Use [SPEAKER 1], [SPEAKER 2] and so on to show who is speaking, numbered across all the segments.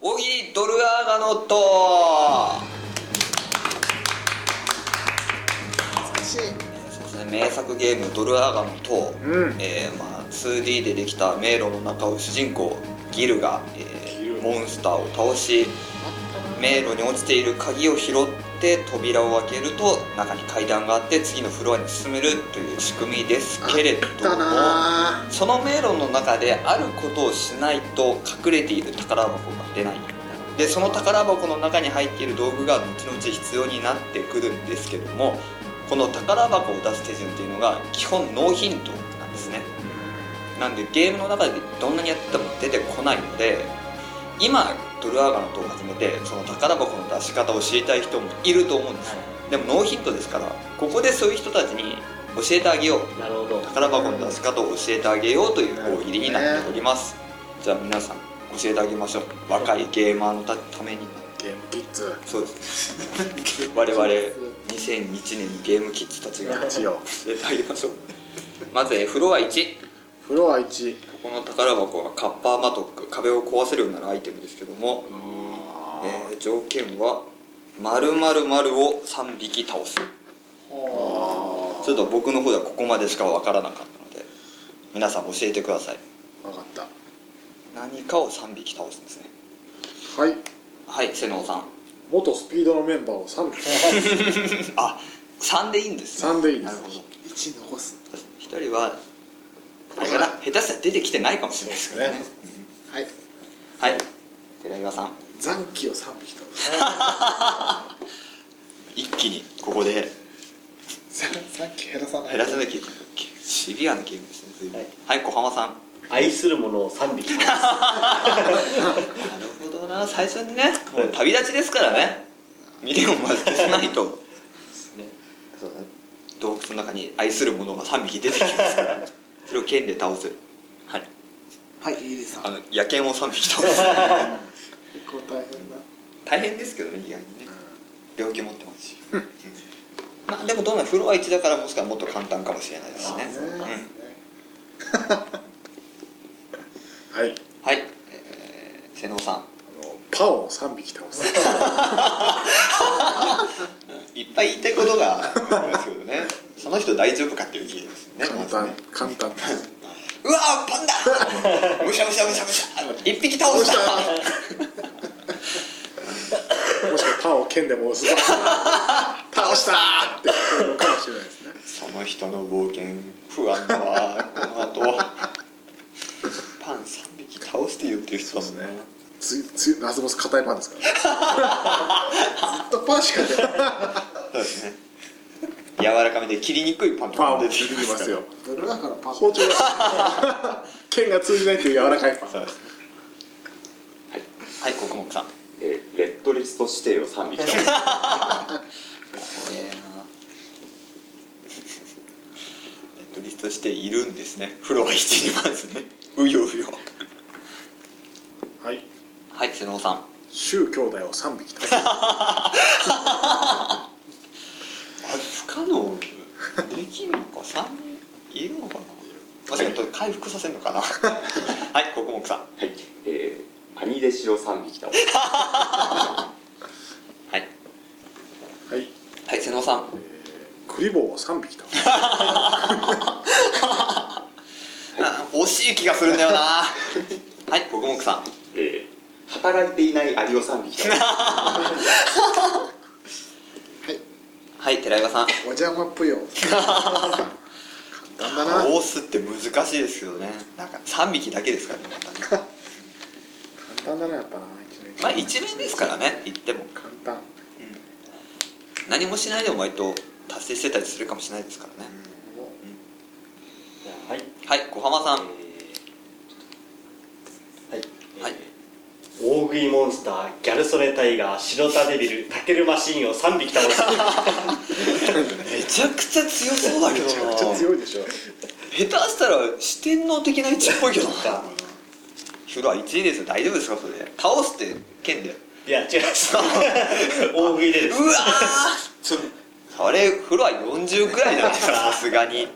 [SPEAKER 1] 小木ドルアーガノット
[SPEAKER 2] 難しい
[SPEAKER 1] そうですね名作ゲーム「ドルアーガノと」
[SPEAKER 3] うん
[SPEAKER 1] えーまあ、2D でできた迷路の中を主人公ギルが、えー
[SPEAKER 3] ギル
[SPEAKER 1] モンスターを倒し迷路に落ちている鍵を拾って扉を開けると中に階段があって次のフロアに進めるという仕組みですけれど
[SPEAKER 3] だ
[SPEAKER 1] も
[SPEAKER 3] な
[SPEAKER 1] その迷路の中であることをしないと隠れている宝箱が出ないでその宝箱の中に入っている道具が後々必要になってくるんですけどもこの宝箱を出す手順っていうのが基本ノーヒントなんですねなんでゲームの中でどんなにやっても出てこないので今ドルアーガの塔を始めてその宝箱の出し方を知りたい人もいると思うんですよでもノーヒントですからここでそういう人たちに教えてあげよう
[SPEAKER 4] なるほど
[SPEAKER 1] 宝箱の出し方を教えてあげようという大喜利になっております、じゃあ皆さん教えてあげましょう若いゲーマーのたために
[SPEAKER 3] ゲームキッズ
[SPEAKER 1] そうです 我々2001年にゲームキッズたちが教
[SPEAKER 3] 一応
[SPEAKER 1] えてあげましょうまずえーフロア1
[SPEAKER 3] フロア1
[SPEAKER 1] ここの宝箱はカッパーマトック壁を壊せるようになるアイテムですけども、えー条件は丸々丸を3匹倒すちょっと僕の方ではここまでしか分からなかったので皆さん教えてください
[SPEAKER 3] 分かった
[SPEAKER 1] 何かを3匹倒すんですね
[SPEAKER 3] はい
[SPEAKER 1] はい瀬能さん
[SPEAKER 3] 元スピードのメンバーを3匹
[SPEAKER 1] あ三3でいいんですね
[SPEAKER 3] 3でいいで
[SPEAKER 1] な
[SPEAKER 3] す
[SPEAKER 1] るほど
[SPEAKER 3] 1残す
[SPEAKER 1] 1人はあれ かな下手したら出てきてないかもしれないですけどね
[SPEAKER 3] そうではい
[SPEAKER 1] はい寺岩さん
[SPEAKER 3] 残機を3匹と
[SPEAKER 1] 一気にここで
[SPEAKER 3] 残機減らさない
[SPEAKER 1] 減らさなきゃいけないシビアなゲームですね随分はい、小浜さん
[SPEAKER 4] 愛するものを3匹
[SPEAKER 1] なるほどな最初にねもう旅立ちですからね見てもまず消さないと
[SPEAKER 4] ね
[SPEAKER 1] そうだね洞窟の中に愛するものが3匹出てきますから それを剣で倒すはい
[SPEAKER 2] はいいいです
[SPEAKER 1] あ
[SPEAKER 2] か
[SPEAKER 1] の野犬を3匹倒す
[SPEAKER 3] 結構大変だ
[SPEAKER 1] 大変ですけどね意外にね病気持ってますしまあでもどんなフロア1だからもしかしたらもっと簡単かもしれないですしね
[SPEAKER 3] そう
[SPEAKER 1] うん
[SPEAKER 3] ね はい
[SPEAKER 1] はい、えー瀬能さん
[SPEAKER 3] あのパオを3匹倒 す
[SPEAKER 1] いっぱい言いたいことがありますけどねその人大丈夫かっていう気ですね
[SPEAKER 3] 簡
[SPEAKER 1] まず
[SPEAKER 3] 単
[SPEAKER 1] ね
[SPEAKER 3] 簡単です
[SPEAKER 1] うわーパンダむしゃむしゃむしゃむしゃ一匹倒した
[SPEAKER 3] もしくはパオを剣でも押す倒したーって言うのかもしれないですね
[SPEAKER 1] その人の冒険不安だわこの後パン3匹倒して言ってる人だもんね
[SPEAKER 3] つつラスボス硬いパンですから、ずっとパンしか出ない
[SPEAKER 1] そうですね柔らかめで切りにくいパンと
[SPEAKER 3] パン
[SPEAKER 1] か出
[SPEAKER 3] を出
[SPEAKER 1] て
[SPEAKER 3] て
[SPEAKER 1] き
[SPEAKER 3] き
[SPEAKER 1] ま
[SPEAKER 3] ますす
[SPEAKER 1] よ
[SPEAKER 3] よ
[SPEAKER 2] ドルアーガのパン
[SPEAKER 3] 包丁が剣が通じないという柔らかいパン
[SPEAKER 1] そうですねはいはい国木さん
[SPEAKER 5] えーレッドリスト指定を3匹倒す
[SPEAKER 1] ネットリストしているんですねフロア1にまずねうようよ
[SPEAKER 3] はい
[SPEAKER 1] はい瀬能さん
[SPEAKER 3] 周兄弟を3匹倒す
[SPEAKER 1] あれ不可能できるのか3人いるのかな確かにちょっと回復させるのかなはい国木さん
[SPEAKER 5] はいえー兄弟子を3匹倒す
[SPEAKER 1] はい
[SPEAKER 3] はい
[SPEAKER 1] はい瀬能さん
[SPEAKER 3] クリボーを3匹倒す
[SPEAKER 1] あ惜しい気がするんだよなはい国木さん
[SPEAKER 5] えー働いていないアリを3匹 倒す
[SPEAKER 1] はい寺岩さん
[SPEAKER 3] お邪魔ぷよ簡単だな
[SPEAKER 1] オースって難しいですけどねなんか3匹だけですからねまたね
[SPEAKER 3] 簡単だなやっぱな一面
[SPEAKER 1] まあ一面ですからね言っても
[SPEAKER 3] 簡単
[SPEAKER 1] 何もしないでも割と達成してたりするかもしれないですからね
[SPEAKER 4] はい
[SPEAKER 1] はい小浜さん
[SPEAKER 4] はい、
[SPEAKER 1] はい
[SPEAKER 4] えー大食いモンスターギャルソネタイガー白タデビルタケルマシーンを3匹倒す
[SPEAKER 1] めちゃくちゃ強そうだけど
[SPEAKER 3] め
[SPEAKER 1] な
[SPEAKER 3] ちゃくちゃ強いでしょ
[SPEAKER 1] 下手したら四天王的な位置っぽいけどなヒロは1位ですよ大丈夫ですかそれ倒すって剣でう
[SPEAKER 4] い や違います大食いで です
[SPEAKER 1] わーちょそれフロア40くらいじゃないです かさすがに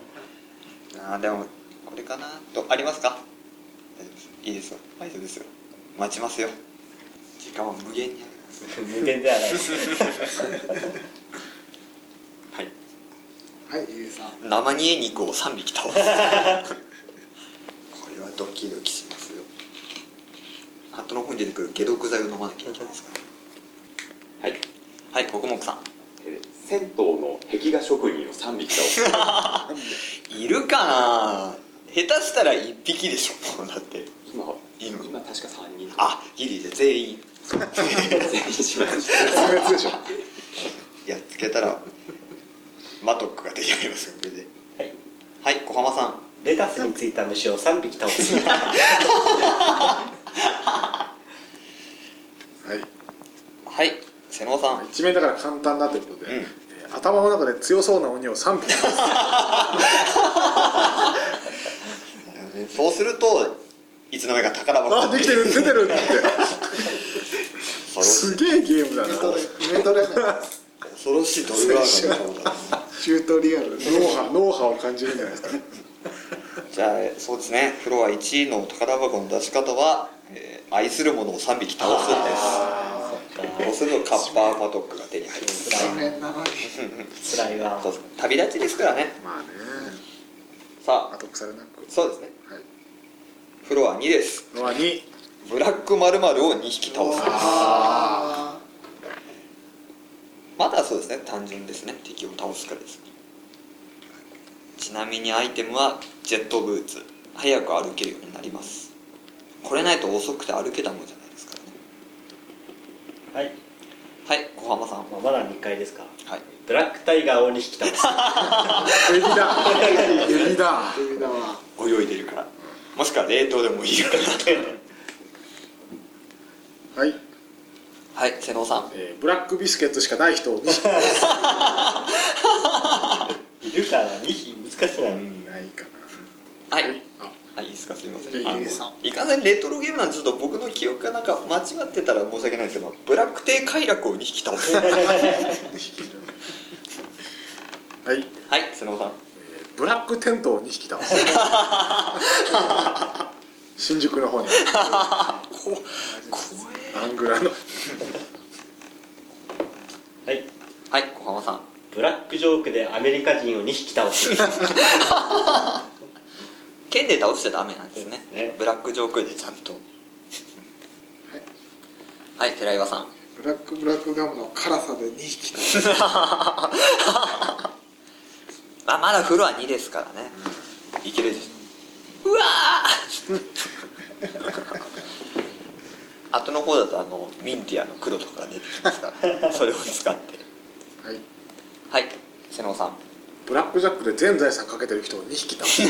[SPEAKER 1] あーでもこれかなとありますか大丈夫ですいいですよ大丈夫ですよ待ちますよ間は無限にあります
[SPEAKER 4] 無限ではない
[SPEAKER 1] はい
[SPEAKER 2] はい、ゆうさん。
[SPEAKER 1] 生煮え肉を3匹倒す これはドキドキしますよ後の方に出てくる解毒剤を飲まなきゃいけないですから
[SPEAKER 5] はい、
[SPEAKER 1] はい国木さん
[SPEAKER 5] えー銭湯の壁画職人を3匹倒す
[SPEAKER 1] いるかな下手したら1匹でしょもうだって
[SPEAKER 5] 今
[SPEAKER 1] 今
[SPEAKER 5] 今確か3人
[SPEAKER 1] あギリで全員
[SPEAKER 5] 全員しました
[SPEAKER 3] 絶滅でしょ
[SPEAKER 1] やっつけたらマトックが出ちゃいますよこれで
[SPEAKER 4] はい
[SPEAKER 1] はい小浜さん
[SPEAKER 4] レタスについた虫を3匹倒す
[SPEAKER 3] はい
[SPEAKER 1] はい瀬野さん
[SPEAKER 3] 一面だから簡単だということで、
[SPEAKER 1] うん
[SPEAKER 3] えー頭の中で強そうな鬼を3匹倒す
[SPEAKER 1] そうするといつの間にか宝箱
[SPEAKER 3] あできてる出てるって
[SPEAKER 1] 恐ろし
[SPEAKER 3] す
[SPEAKER 1] い
[SPEAKER 3] げえゲームだな
[SPEAKER 2] イベントで、
[SPEAKER 1] 恐ろしいドルガーガの顔だ
[SPEAKER 2] チュートリアル。
[SPEAKER 3] 脳波脳波を感じるんじゃないですか
[SPEAKER 1] じゃあそうですねフロア1の宝箱の出し方は、えー愛するものを3匹倒すんですそうするとカッパーマトックが手に入ります
[SPEAKER 2] 画面なのに。
[SPEAKER 4] つらいわ
[SPEAKER 1] そうです旅立ちですからね
[SPEAKER 3] まあね
[SPEAKER 1] さあ
[SPEAKER 3] 後腐れなく
[SPEAKER 1] そうですね
[SPEAKER 3] はい
[SPEAKER 1] フロア2です
[SPEAKER 3] のは2
[SPEAKER 1] ブラック〇〇を2匹倒すです
[SPEAKER 2] あ
[SPEAKER 1] まだそうですね単純ですね敵を倒すからですちなみにアイテムはジェットブーツ早く歩けるようになりますこれないと遅くて歩けたもんじゃないですからね
[SPEAKER 4] はい、
[SPEAKER 1] はい小浜さん
[SPEAKER 4] まあ、まだ2回ですか
[SPEAKER 1] はい
[SPEAKER 4] ブラックタイガーを2匹倒す
[SPEAKER 3] エビだエビだ
[SPEAKER 2] ー。みんなは。
[SPEAKER 1] 泳いでるからもしくは冷凍でもいいから
[SPEAKER 3] はい、
[SPEAKER 1] はい瀬能さん
[SPEAKER 3] えーブラックビスケットしかない人を2匹
[SPEAKER 4] いるかな2匹難しいな、
[SPEAKER 3] ないか
[SPEAKER 1] はい
[SPEAKER 3] なあ
[SPEAKER 1] あいいですかすいませ
[SPEAKER 2] い
[SPEAKER 1] ん
[SPEAKER 2] や
[SPEAKER 1] あの
[SPEAKER 2] いいですよ
[SPEAKER 1] いかんせんレトロゲームなんでちょっと僕の記憶がなんか間違ってたら申し訳ないんですけどブラック帝快楽を2匹倒す はい
[SPEAKER 3] はい、
[SPEAKER 1] 瀬能さん
[SPEAKER 3] えーブラックテントを2匹倒 す新宿の方にあ
[SPEAKER 1] こ怖え
[SPEAKER 3] るアングラの
[SPEAKER 4] はい
[SPEAKER 1] はい小浜さん
[SPEAKER 4] ブラックジョークでアメリカ人を2匹倒す
[SPEAKER 1] 剣で倒しちゃダメなんですね
[SPEAKER 4] ね
[SPEAKER 1] ブラックジョークでちゃんとはい寺岩さん
[SPEAKER 2] ブラックブラックガムの辛さで2匹だ。
[SPEAKER 1] まあまだフロア2ですからね、いけるでしょうわー 後の方だとあのミンティアの黒とかが出てきますからそれを使って
[SPEAKER 3] はい
[SPEAKER 1] はい瀬能さん
[SPEAKER 3] ブラックジャックで全財産かけてる人を2匹倒 す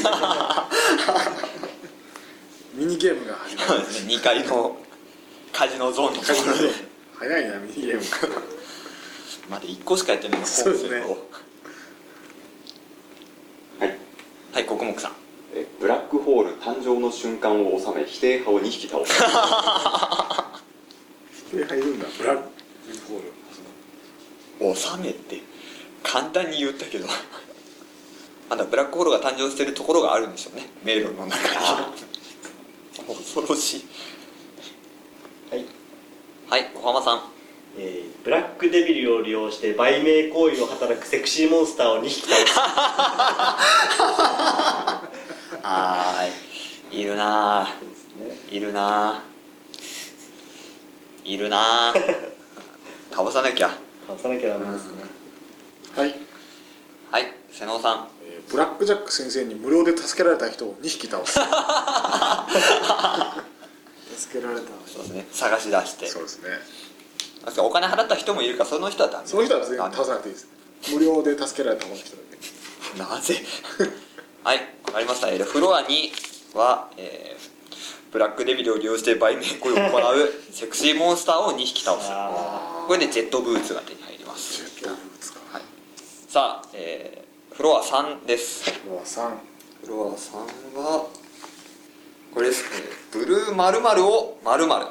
[SPEAKER 3] ミニゲームが始まる
[SPEAKER 1] 2階 のカジノゾーンのところで
[SPEAKER 3] 早いなミニゲームが
[SPEAKER 1] まだ1個しかやってないのに
[SPEAKER 3] そうですね
[SPEAKER 1] コンセ
[SPEAKER 5] はい、
[SPEAKER 1] プトはい国木さん
[SPEAKER 5] えーブラックホール誕生の瞬間を収め否定派を2匹倒す
[SPEAKER 3] で入るんだブラックホール
[SPEAKER 1] 収めって簡単に言ったけど まだブラックホールが誕生してるところがあるんでしょうね迷路の中に 恐ろしい
[SPEAKER 4] はい、
[SPEAKER 1] はい小浜さん
[SPEAKER 4] えーブラックデビルを利用して売名行為を働くセクシーモンスターを2匹倒す
[SPEAKER 1] はいいるなあいるなあいるなあ倒さなきゃ
[SPEAKER 4] 倒さなきゃダメですね
[SPEAKER 3] はい、
[SPEAKER 1] はい瀬能さん
[SPEAKER 3] えーブラックジャック先生に無料で助けられた人を2匹倒す
[SPEAKER 2] 助けられた。
[SPEAKER 1] そうですね探し出して
[SPEAKER 3] そうですね
[SPEAKER 1] 確かにお金払った人もいるからその人はダメ
[SPEAKER 3] その人は全員倒さなくていいです無料で助けられた方の人だけ
[SPEAKER 1] なぜはいわかりましたえーフロア2は、えーブラックデビルを利用して売名行為を行う セクシーモンスターを2匹倒す
[SPEAKER 4] あ
[SPEAKER 1] これでジェットブーツが手に入ります
[SPEAKER 3] ダブル使うはい
[SPEAKER 1] さあ、えーフロア3です
[SPEAKER 3] これは3
[SPEAKER 1] フロア3はこれですねブルー〇〇を〇〇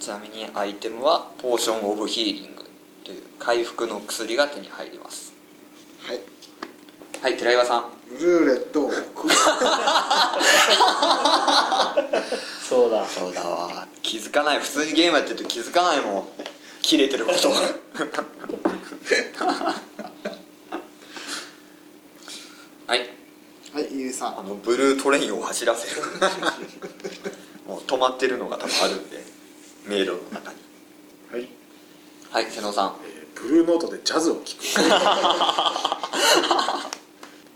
[SPEAKER 1] ちなみにアイテムはポーション・オブ・ヒーリングという回復の薬が手に入ります
[SPEAKER 2] はい。
[SPEAKER 1] はい寺岩さん
[SPEAKER 2] ルーレットを置く
[SPEAKER 4] そうだ
[SPEAKER 1] そうだわ気づかない普通にゲームやってると気づかないもん切れてること はい
[SPEAKER 2] はいゆうさ
[SPEAKER 1] あ
[SPEAKER 2] ん
[SPEAKER 1] のブルートレインを走ら せるもう止まってるのが多分あるんで迷路の中に
[SPEAKER 3] はい、
[SPEAKER 1] はい瀬野さん
[SPEAKER 3] えーブルーノートでジャズを聴く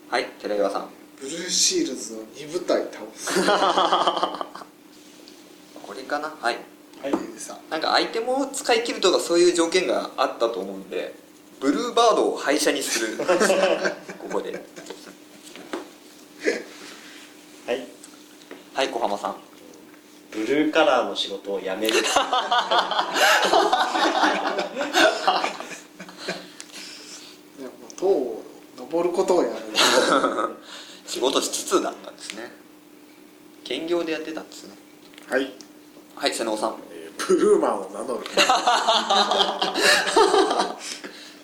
[SPEAKER 1] はい寺岩さん
[SPEAKER 2] ブルーシールズを2部隊倒す
[SPEAKER 1] これかなはい
[SPEAKER 4] はい
[SPEAKER 2] ゆうさん
[SPEAKER 1] なんかアイテムを使い切るとかそういう条件があったと思うんでブルーバードを廃車にするここで
[SPEAKER 4] はい
[SPEAKER 1] はい小浜さん
[SPEAKER 4] ブルーカラーの仕事を辞める
[SPEAKER 2] いやもう塔を登ることをやる
[SPEAKER 1] 仕事しつつだったんですね兼業でやってたんですね
[SPEAKER 3] はい、
[SPEAKER 1] はい瀬能さん
[SPEAKER 3] えーブルーマンを名乗る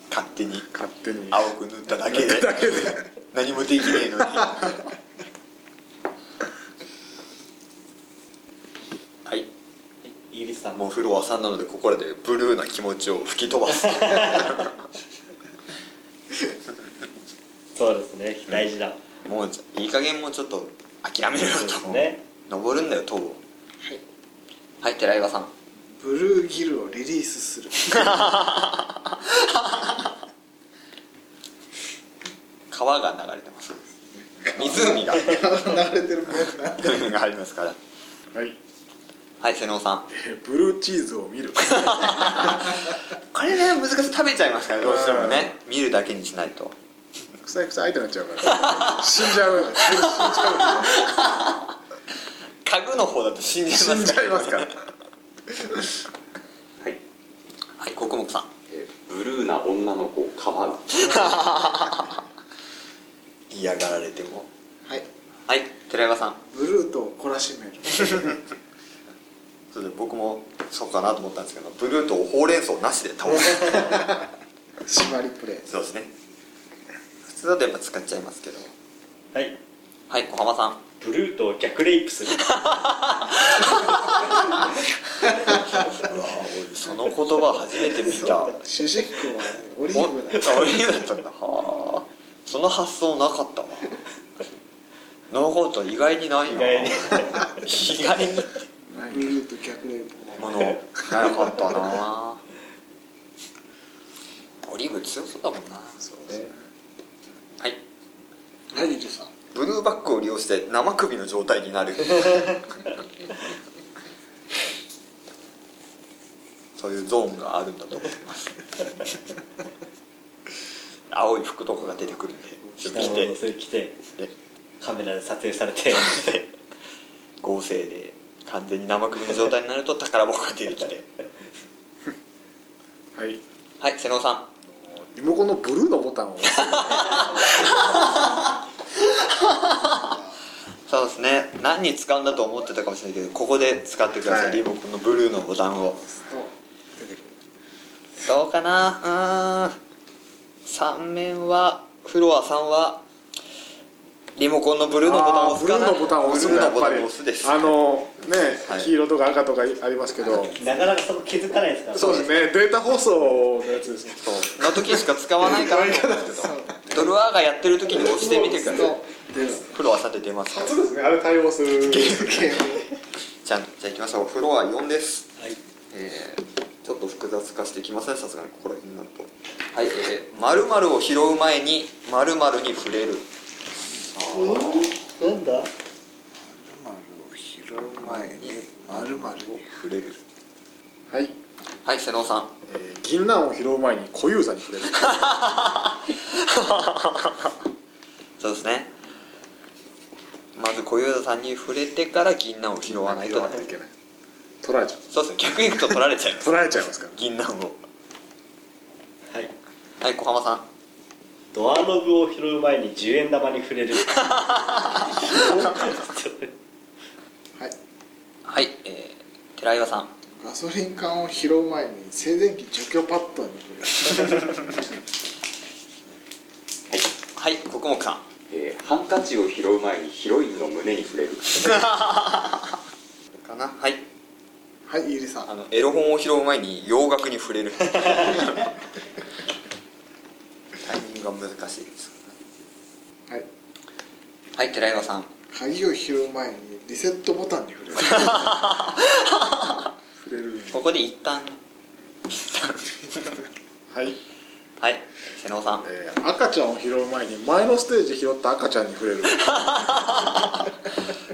[SPEAKER 1] 勝手に
[SPEAKER 3] 勝手に
[SPEAKER 1] 青く塗っただけで
[SPEAKER 3] だけで
[SPEAKER 1] 何もできねえ のにはい
[SPEAKER 4] イギリスさん
[SPEAKER 1] もうフロア3なのでここらでブルーな気持ちを吹き飛ば す
[SPEAKER 4] そうですね大事だ
[SPEAKER 1] もういい加減もうちょっと諦めろよ
[SPEAKER 4] そうです
[SPEAKER 1] と、
[SPEAKER 4] ね
[SPEAKER 1] 登るんだよ塔をはい、寺岩さん
[SPEAKER 2] ブルーギルをリリースする
[SPEAKER 1] 川が流れてます湖が
[SPEAKER 2] 流れてるもん な
[SPEAKER 1] がありますから
[SPEAKER 3] はい、
[SPEAKER 1] はい瀬能さん
[SPEAKER 3] えーブルーチーズを 見るは
[SPEAKER 1] これね難しい食べちゃいますからどうしてもね見るだけにしないと
[SPEAKER 3] いくさいくさいってなっちゃうから死んじゃう死んじゃう
[SPEAKER 1] 家具の方だと死んじゃいます
[SPEAKER 3] 死んじゃいますから
[SPEAKER 5] はい、
[SPEAKER 1] はい穀木さん
[SPEAKER 5] えーブルーな女の子をかばう
[SPEAKER 1] 嫌がられても
[SPEAKER 2] はい
[SPEAKER 1] はい寺山さん
[SPEAKER 2] ブルートを懲らしめる
[SPEAKER 1] それで僕もそうかなと思ったんですけどブルーとほうれん草なしで倒 す
[SPEAKER 2] 縛りプレイ
[SPEAKER 1] そうですね普通だとやっぱ使っちゃいますけど
[SPEAKER 4] はい
[SPEAKER 1] はい小浜さん
[SPEAKER 4] ブルーと逆レイプする
[SPEAKER 1] うわ俺その言葉初めて見 た
[SPEAKER 2] 主人公はねオリ
[SPEAKER 1] お
[SPEAKER 2] ー
[SPEAKER 1] あ
[SPEAKER 2] ブだ
[SPEAKER 1] オリーブだったんだはあその発想なかった わノーゴート意外にない
[SPEAKER 4] 意
[SPEAKER 1] な
[SPEAKER 4] 外に
[SPEAKER 1] 意外に
[SPEAKER 2] ブルート逆レイプ
[SPEAKER 1] ものなかったなオリーブ強そうだもんな
[SPEAKER 3] そうね
[SPEAKER 1] はい
[SPEAKER 2] はいゆうさん
[SPEAKER 1] ブルーバックを利用して生首の状態に なるそういうゾーンがあるんだと思います青い服とかが出てくるんで
[SPEAKER 4] 着
[SPEAKER 1] 着
[SPEAKER 4] て
[SPEAKER 1] て
[SPEAKER 4] それ着て
[SPEAKER 1] で
[SPEAKER 4] カメラで撮影されて
[SPEAKER 1] 合成で完全に生首の状態になると宝箱が出てきて
[SPEAKER 3] はい
[SPEAKER 1] はい瀬能さん
[SPEAKER 3] リモコンのブルーのボタンを押す
[SPEAKER 1] そうですね何に使うんだと思ってたかもしれないけどここで使ってください、
[SPEAKER 3] はい
[SPEAKER 1] リモコンのブルーのボタンを
[SPEAKER 2] 押すと出てくる
[SPEAKER 1] どうかなうーん3面はフロア3はリモコンのブルーのボタンを押すかな
[SPEAKER 3] あーブルーのボタンを押すん
[SPEAKER 1] ブルー
[SPEAKER 3] だや
[SPEAKER 1] の
[SPEAKER 3] っ
[SPEAKER 1] ボタ
[SPEAKER 3] ぱ
[SPEAKER 1] ン
[SPEAKER 3] り
[SPEAKER 1] を押すです
[SPEAKER 3] あのね、
[SPEAKER 1] はい
[SPEAKER 3] 黄色とか赤とかありますけど
[SPEAKER 4] なかなかそこ気づかないですから
[SPEAKER 3] そうですねデータ放送のやつですね
[SPEAKER 1] そうの時しか使わない からドルアーがやってる時に押してみてください
[SPEAKER 2] 出る
[SPEAKER 1] フロアさて出ますから
[SPEAKER 3] 初ですねあれ対応する
[SPEAKER 2] ゲー
[SPEAKER 1] じゃあじゃあ行きましょうフロア4です
[SPEAKER 4] はい
[SPEAKER 1] えーちょっと複雑化してきますねさすがにここら辺になるとはいえー〇〇を拾う前に〇〇に触れる
[SPEAKER 4] うんなんだ
[SPEAKER 2] ムを拾う前に丸々を
[SPEAKER 1] 触れる
[SPEAKER 3] はい、
[SPEAKER 1] はい瀬能さん
[SPEAKER 3] えー、銀杏を拾う前に小遊三に 触れる
[SPEAKER 1] そうですねまず小遊三さんに触れてから銀杏を拾わないとダメ
[SPEAKER 3] いけない取られちゃう
[SPEAKER 1] そうですね逆に行くと取られちゃ います
[SPEAKER 3] 取られちゃいますから
[SPEAKER 1] 銀杏を
[SPEAKER 4] はい
[SPEAKER 1] はい小浜さん
[SPEAKER 4] ドアノブを拾う前に10円玉に触れる
[SPEAKER 2] はい
[SPEAKER 1] はいえー、寺岩さん
[SPEAKER 2] ガソリン缶を拾う前に静電気除去パッドに触れる
[SPEAKER 1] はい穀木さん
[SPEAKER 5] えーハンカチを拾う前にヒロインの胸に触れる
[SPEAKER 1] かなはい
[SPEAKER 3] はいゆりさん
[SPEAKER 1] あのエロ本を拾う前に洋楽に触れる タイミングが難しいです
[SPEAKER 3] はい
[SPEAKER 1] はい寺山さん
[SPEAKER 3] 鍵を拾う前にリセットボタンに 触れる触れる
[SPEAKER 1] ここで一 旦
[SPEAKER 3] はい、
[SPEAKER 1] はい瀬能さん
[SPEAKER 3] えー赤ちゃんを拾う前に前のステージ拾った赤ちゃんに触れる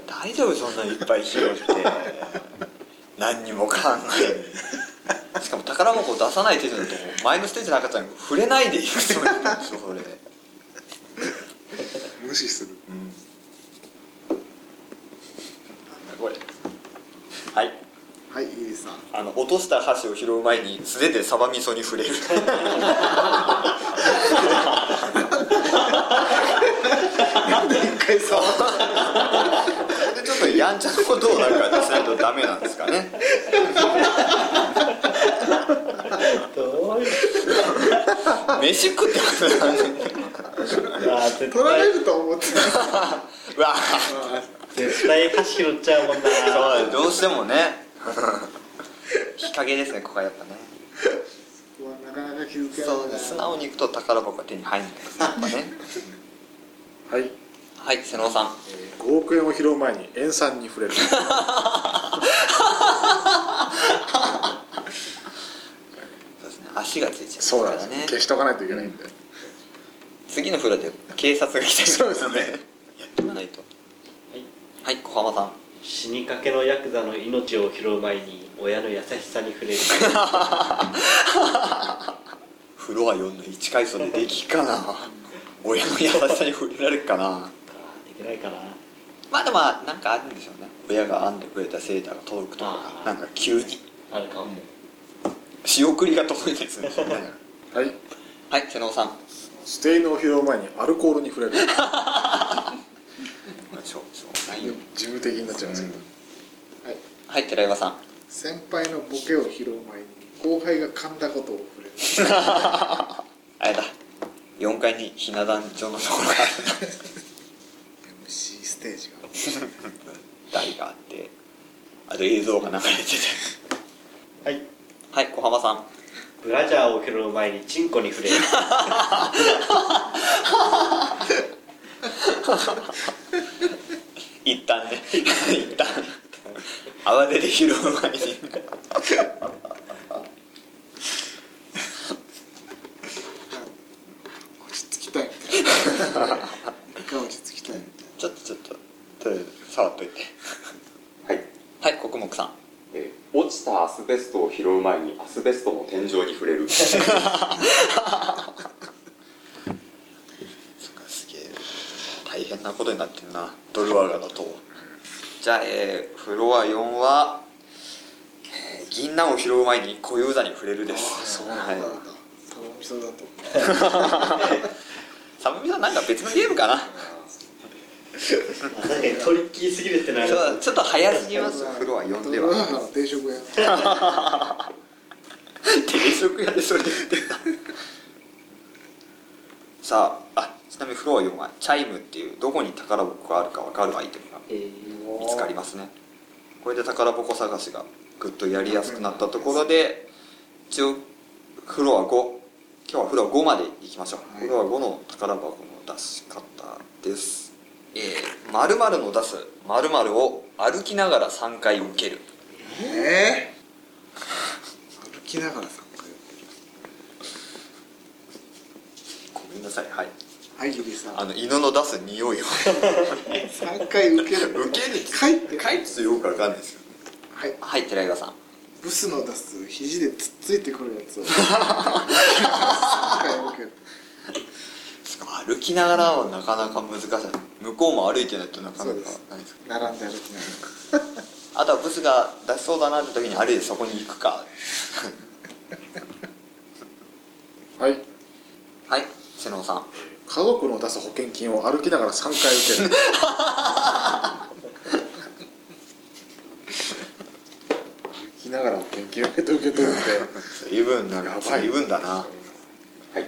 [SPEAKER 1] 大丈夫そんなにいっぱい拾って何にも考えないしかも宝箱を出さない手順だともう前のステージの赤ちゃんに触れないでいいそうなんですよそれで、
[SPEAKER 3] 無視する
[SPEAKER 1] うん、なんだこれはい
[SPEAKER 3] はいイリさん
[SPEAKER 1] あの落とした箸を拾う前に素手でサバ味噌に触れる
[SPEAKER 3] 一回触った
[SPEAKER 1] ちょっとや んちゃなことをなんかしないとダメなんですかね
[SPEAKER 4] どういう
[SPEAKER 1] 飯食ってます ね
[SPEAKER 4] あー絶
[SPEAKER 3] 取られ
[SPEAKER 4] 対
[SPEAKER 3] ると思って
[SPEAKER 1] うわ
[SPEAKER 4] 絶対箸拾っちゃうもんな
[SPEAKER 1] そうどうしてもね 日陰ですねここはやっぱね
[SPEAKER 3] うわなかなか気づけないな
[SPEAKER 1] そう素直に行くと宝箱が手に入んないですねやっぱ ね
[SPEAKER 3] はい、え
[SPEAKER 1] はい瀬能さん
[SPEAKER 3] ー、5億円を拾う前に塩酸に触れる
[SPEAKER 1] そうですね足がついちゃう
[SPEAKER 3] そうな
[SPEAKER 1] か
[SPEAKER 3] んで
[SPEAKER 1] ら
[SPEAKER 3] す
[SPEAKER 1] ね
[SPEAKER 3] ね消しとかないといけないんで、
[SPEAKER 1] 次のフラで警察が来たり
[SPEAKER 3] そうですね
[SPEAKER 1] やってないとはい小浜さん
[SPEAKER 4] 死にかけのヤクザの命を拾う前に親の優しさに触れる
[SPEAKER 1] フロア4の1階層でできっかな親の優しさに触れられるかな
[SPEAKER 4] できないかな
[SPEAKER 1] まあでもなんかあるんでしょうね親が編んでくれたセーターが届くとか
[SPEAKER 4] あー
[SPEAKER 1] なんか急に
[SPEAKER 4] あるかも
[SPEAKER 1] 仕送りが届いたりするんですよね
[SPEAKER 3] はい
[SPEAKER 1] はい瀬能さん
[SPEAKER 3] ステインを拾う前にアルコールに触れる
[SPEAKER 1] しょうしょうないよ
[SPEAKER 3] 事務的になっちゃいますけど、はい
[SPEAKER 1] はい寺岩さん
[SPEAKER 3] 先輩のボケを拾う前に後輩が噛んだことを触れる
[SPEAKER 1] あれだ4階にひな壇上のところがある
[SPEAKER 3] MC ステージが
[SPEAKER 1] 台があってあと映像が流れてて
[SPEAKER 4] はい
[SPEAKER 1] はい小浜さん
[SPEAKER 4] ブラジャーを拾う前にチンコに 触れる
[SPEAKER 1] 一旦ね一旦慌てて拾う前に
[SPEAKER 3] 落ち着きたいみたいな一回落ち着きたいみたい
[SPEAKER 1] ちょっとちょっととりあえず触っといて
[SPEAKER 5] はい、
[SPEAKER 1] はい黒木さん
[SPEAKER 5] えー落ちたアスベストを拾う前にアスベストの天井に触れる
[SPEAKER 1] すげえ大変なことになってるなドルワーガだとじゃあ、えーフロア4は、えー銀杏を拾う前に小遊三に触れるです
[SPEAKER 3] な
[SPEAKER 1] はい
[SPEAKER 3] 頼みそうだと
[SPEAKER 1] サムミさんなんか別のゲームかな
[SPEAKER 4] 確かにトリッキーすぎるってなる
[SPEAKER 1] ちょちょっと早すぎますフロア4では
[SPEAKER 3] ドラマの定食屋
[SPEAKER 1] 定食屋でそれ言ってた さああちなみにフロア4はチャイムっていうどこに宝箱があるか分かるアイテムが
[SPEAKER 4] えー
[SPEAKER 1] 見つかりますねこれで宝箱探しがぐっとやりやすくなったところで一応フロア5今日はフロア5まで行きましょう、
[SPEAKER 3] はい
[SPEAKER 1] フロア5の宝箱の出し方ですえー、〇〇の出す〇〇を歩きながら3回受ける
[SPEAKER 3] えー、歩きながら参加やってる
[SPEAKER 1] ごめんなさいはい
[SPEAKER 3] はいゆりさん
[SPEAKER 1] あの犬の出す匂い を
[SPEAKER 3] 3回受ける
[SPEAKER 1] 受ける
[SPEAKER 3] 書いて
[SPEAKER 1] 書いてよくわかんないですよ
[SPEAKER 3] はい
[SPEAKER 1] はい寺岩さん
[SPEAKER 3] ブスの出す肘でつっついてくるやつを三回受ける
[SPEAKER 1] 歩きながらはなかなか難しい向こうも歩いてないとなかなかないです
[SPEAKER 3] そう並んで歩きなが
[SPEAKER 1] あとはブスが出しそうだなって時にあれでそこに行くか
[SPEAKER 3] らはい
[SPEAKER 1] はい瀬能さん
[SPEAKER 3] 家族の出す保険金を歩きながら3回受ける歩きながら保険金を受けて受け取るんで
[SPEAKER 1] 随分な
[SPEAKER 3] やばい
[SPEAKER 1] 随分だな
[SPEAKER 5] はい、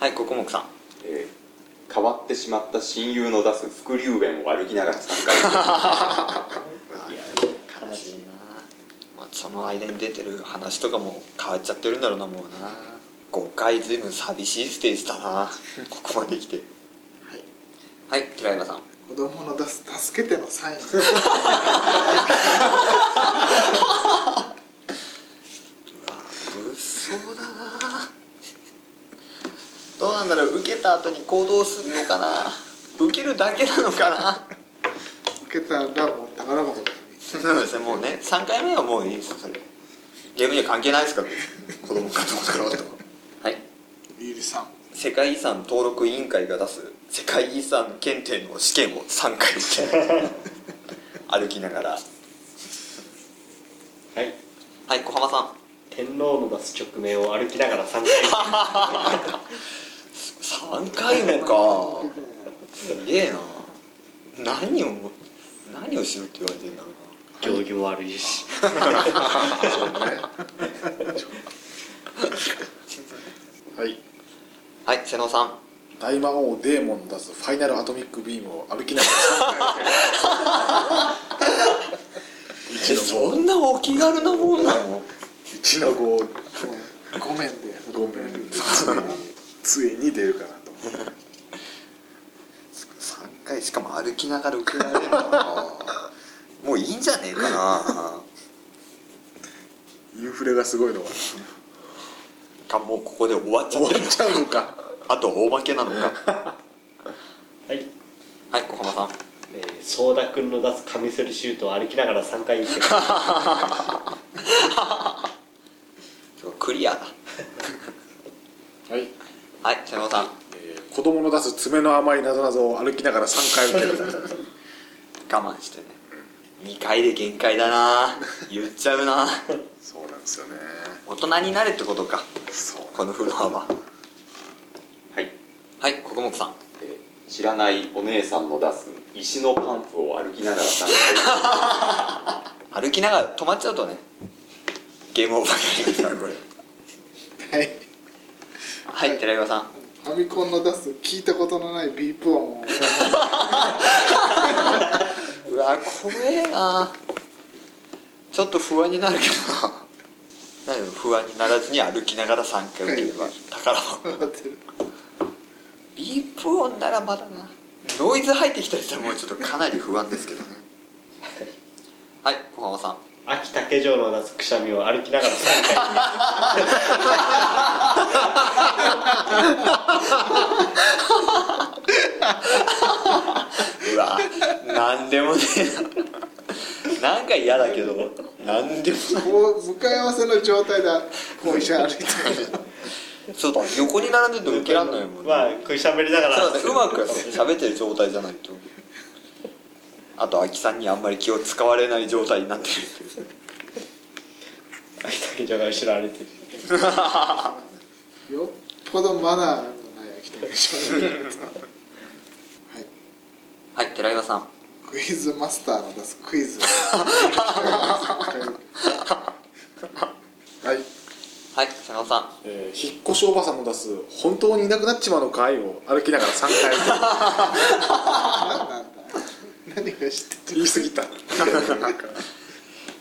[SPEAKER 1] はい黒木さん
[SPEAKER 5] えー変わってしまった親友の出す副流煙を歩きながら3回
[SPEAKER 1] 悲しいな、まあ、その間に出てる話とかも変わっちゃってるんだろうなもうな5回ずいぶん寂しいステージだな ここまで来てはい、はい、平山さん
[SPEAKER 3] 子供の出す助けてのサイン
[SPEAKER 1] 物騒だなどうなんだろう受けた後に行動するのかな受けるだけなのかな
[SPEAKER 3] 受けたらもう宝箱だよね
[SPEAKER 1] そうですねもうね3回目はもういいですよそれゲームには関係ないですから別に子供かどうかははい
[SPEAKER 3] リーリさん
[SPEAKER 1] 世界遺産登録委員会が出す世界遺産検定の試験を3回受け歩きながら
[SPEAKER 4] はい
[SPEAKER 1] はい小浜さん
[SPEAKER 4] 天皇の出す局面を歩きながら3
[SPEAKER 1] 3回
[SPEAKER 4] 回
[SPEAKER 1] もかすげえな何を何をしろって言われてんだろ
[SPEAKER 4] 行儀も悪いし
[SPEAKER 3] はい
[SPEAKER 1] なはい瀬野さん
[SPEAKER 3] 大魔王デーモン出すファイナルアトミックビームを歩きながら3回一
[SPEAKER 1] え
[SPEAKER 3] の
[SPEAKER 1] そんなお気軽なもんなの
[SPEAKER 3] 一の五
[SPEAKER 2] ごめんで
[SPEAKER 3] ごめんついについに出るかなと
[SPEAKER 1] 3回しかも歩きながら受けられるのかなもういいんじゃねえか な
[SPEAKER 3] インフレがすごいのが
[SPEAKER 1] かもうここで終わっちゃ
[SPEAKER 3] 終
[SPEAKER 1] っ
[SPEAKER 3] わ
[SPEAKER 1] てる
[SPEAKER 3] っちゃうのか
[SPEAKER 1] あとは大負けなのか
[SPEAKER 4] はい、
[SPEAKER 1] はい小浜さん
[SPEAKER 4] えー、相田君の出すカミソリシュートを歩きながら3回行って
[SPEAKER 1] クリアだ
[SPEAKER 3] はい
[SPEAKER 1] はい瀬野さん
[SPEAKER 3] えー子供の出す爪の甘いなぞなぞを歩きながら3回受ける
[SPEAKER 1] 我慢してね2回で限界だな言っちゃうな
[SPEAKER 3] そうなんですよね
[SPEAKER 1] 大人になれってことか
[SPEAKER 3] そう
[SPEAKER 1] このフロアは
[SPEAKER 5] はい
[SPEAKER 1] はい国木さん
[SPEAKER 5] えー知らないお姉さんの出す石のパンプを歩きながら3回
[SPEAKER 1] 歩きながら止まっちゃうとねゲームオーバーになり ますからこれ
[SPEAKER 2] はい
[SPEAKER 1] はい寺岩さん
[SPEAKER 2] ファミコンの出す聞いたことのないビープ音を
[SPEAKER 1] うわ怖えなちょっと不安になるけどな何よ不安にならずに歩きながら3回受けれ ば宝箱
[SPEAKER 2] 歌ってる
[SPEAKER 1] ビープ音ならまだなノイズ入ってきたりしたらもうちょっとかなり不安ですけどねはい小浜さん
[SPEAKER 4] 秋竹城の出すくしゃみを歩きながら3回
[SPEAKER 1] うわ何でもねえななんか嫌だけど何でも
[SPEAKER 2] もう向かい合わせの状態だこう一緒に歩いて
[SPEAKER 1] そうだ横に並んでても受けらんないもんね、
[SPEAKER 4] まあ食いしゃべりながら
[SPEAKER 1] そうだねうまく喋ってる状態じゃないとあと秋さんにあんまり気を使われない状態になってる
[SPEAKER 4] 秋竹城が後ろ歩いてる
[SPEAKER 2] よっぽどマナーのない秋田でしょ
[SPEAKER 1] はい寺岩さん
[SPEAKER 2] クイズマスターの出すクイズ
[SPEAKER 3] はい、
[SPEAKER 1] はい瀬野さん
[SPEAKER 3] えー引っ越しおばさんの出す「本当にいなくなっちまうのかい」を歩きながら3回受け
[SPEAKER 2] 何なんだ何が知って
[SPEAKER 3] る言い過ぎたなんか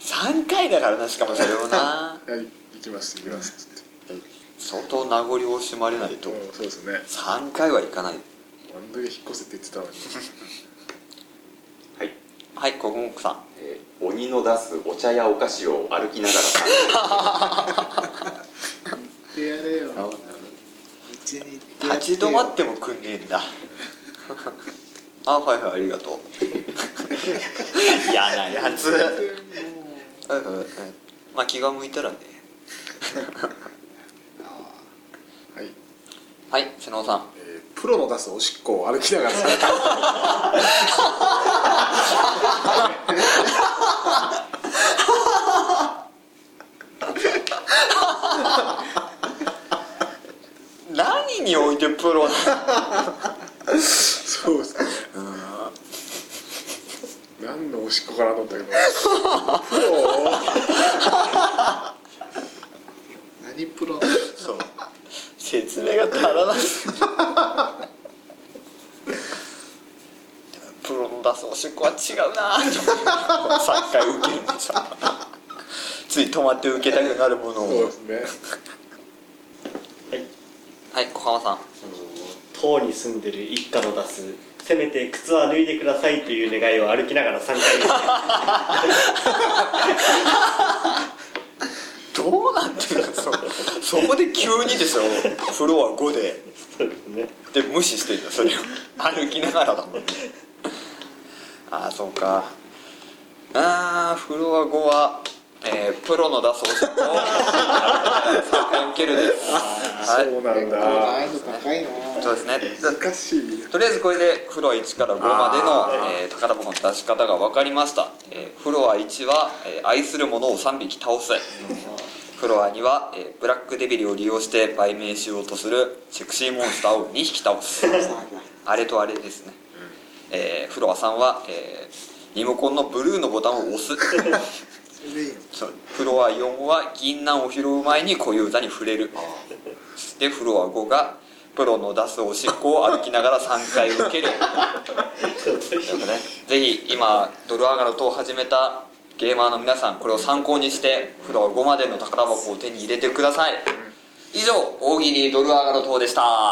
[SPEAKER 1] 3回だからなしかもそれをな
[SPEAKER 3] はい行きます行きますって
[SPEAKER 1] 相当名残惜しまれないと
[SPEAKER 3] うんそうですね
[SPEAKER 1] 3回はいかない
[SPEAKER 3] あんだけ引っ越せって言ってたのに
[SPEAKER 5] はい、
[SPEAKER 1] はい小木さん
[SPEAKER 5] えー鬼の出すお茶やお菓子を歩きながら3回
[SPEAKER 2] てやれようちに行ってやって
[SPEAKER 1] 立ち止まってもくんねえんだ あはいはいありがとう 嫌なやつはいはいはいまあ気が向いたらね
[SPEAKER 3] はい、
[SPEAKER 1] はい瀬野さん
[SPEAKER 3] えープロの出すおしっこを歩きながら3回
[SPEAKER 1] 何においてプロな
[SPEAKER 3] そうですね。何のおしっこかなと思ったけど。プロ
[SPEAKER 2] 何プロ
[SPEAKER 1] そう説明が足らないは違うなぁと3回受けるんでさつい止まって受けたくなるものを
[SPEAKER 3] そうですね
[SPEAKER 1] はい小浜さん
[SPEAKER 4] 塔に住んでる一家の出すせめて靴は脱いでくださいという願いを歩きながら3回
[SPEAKER 1] どうなってるのそそこで急にでしょフロア5で
[SPEAKER 4] そうですね
[SPEAKER 1] で無視してんだそれを歩きながらだもんねああそうかああフロア5は、えープロの出すおしっこを3回受けるですはい
[SPEAKER 3] そうなんだ
[SPEAKER 2] 難易度高いな
[SPEAKER 1] そうですね
[SPEAKER 3] 難しい
[SPEAKER 1] とりあえずこれでフロア1から5までの、えー宝箱の出し方が分かりました、えーフロア1は、えー愛する者を3匹倒せフロア2は、えーブラックデビルを利用して売名しようとするセクシーモンスターを2匹倒すあれとあれですね、えーフロア3は、えーリモコンのブルーのボタンを押す
[SPEAKER 2] それでいいの
[SPEAKER 1] そうフロア4は銀杏を拾う前に小遊三に触れるでフロア5がプロの出すおしっこを歩きながら3回受けるということでぜひ今ドル上がるとを始めたゲーマーの皆さんこれを参考にしてフロア5までの宝箱を手に入れてください以上大喜利ドル上がるとでした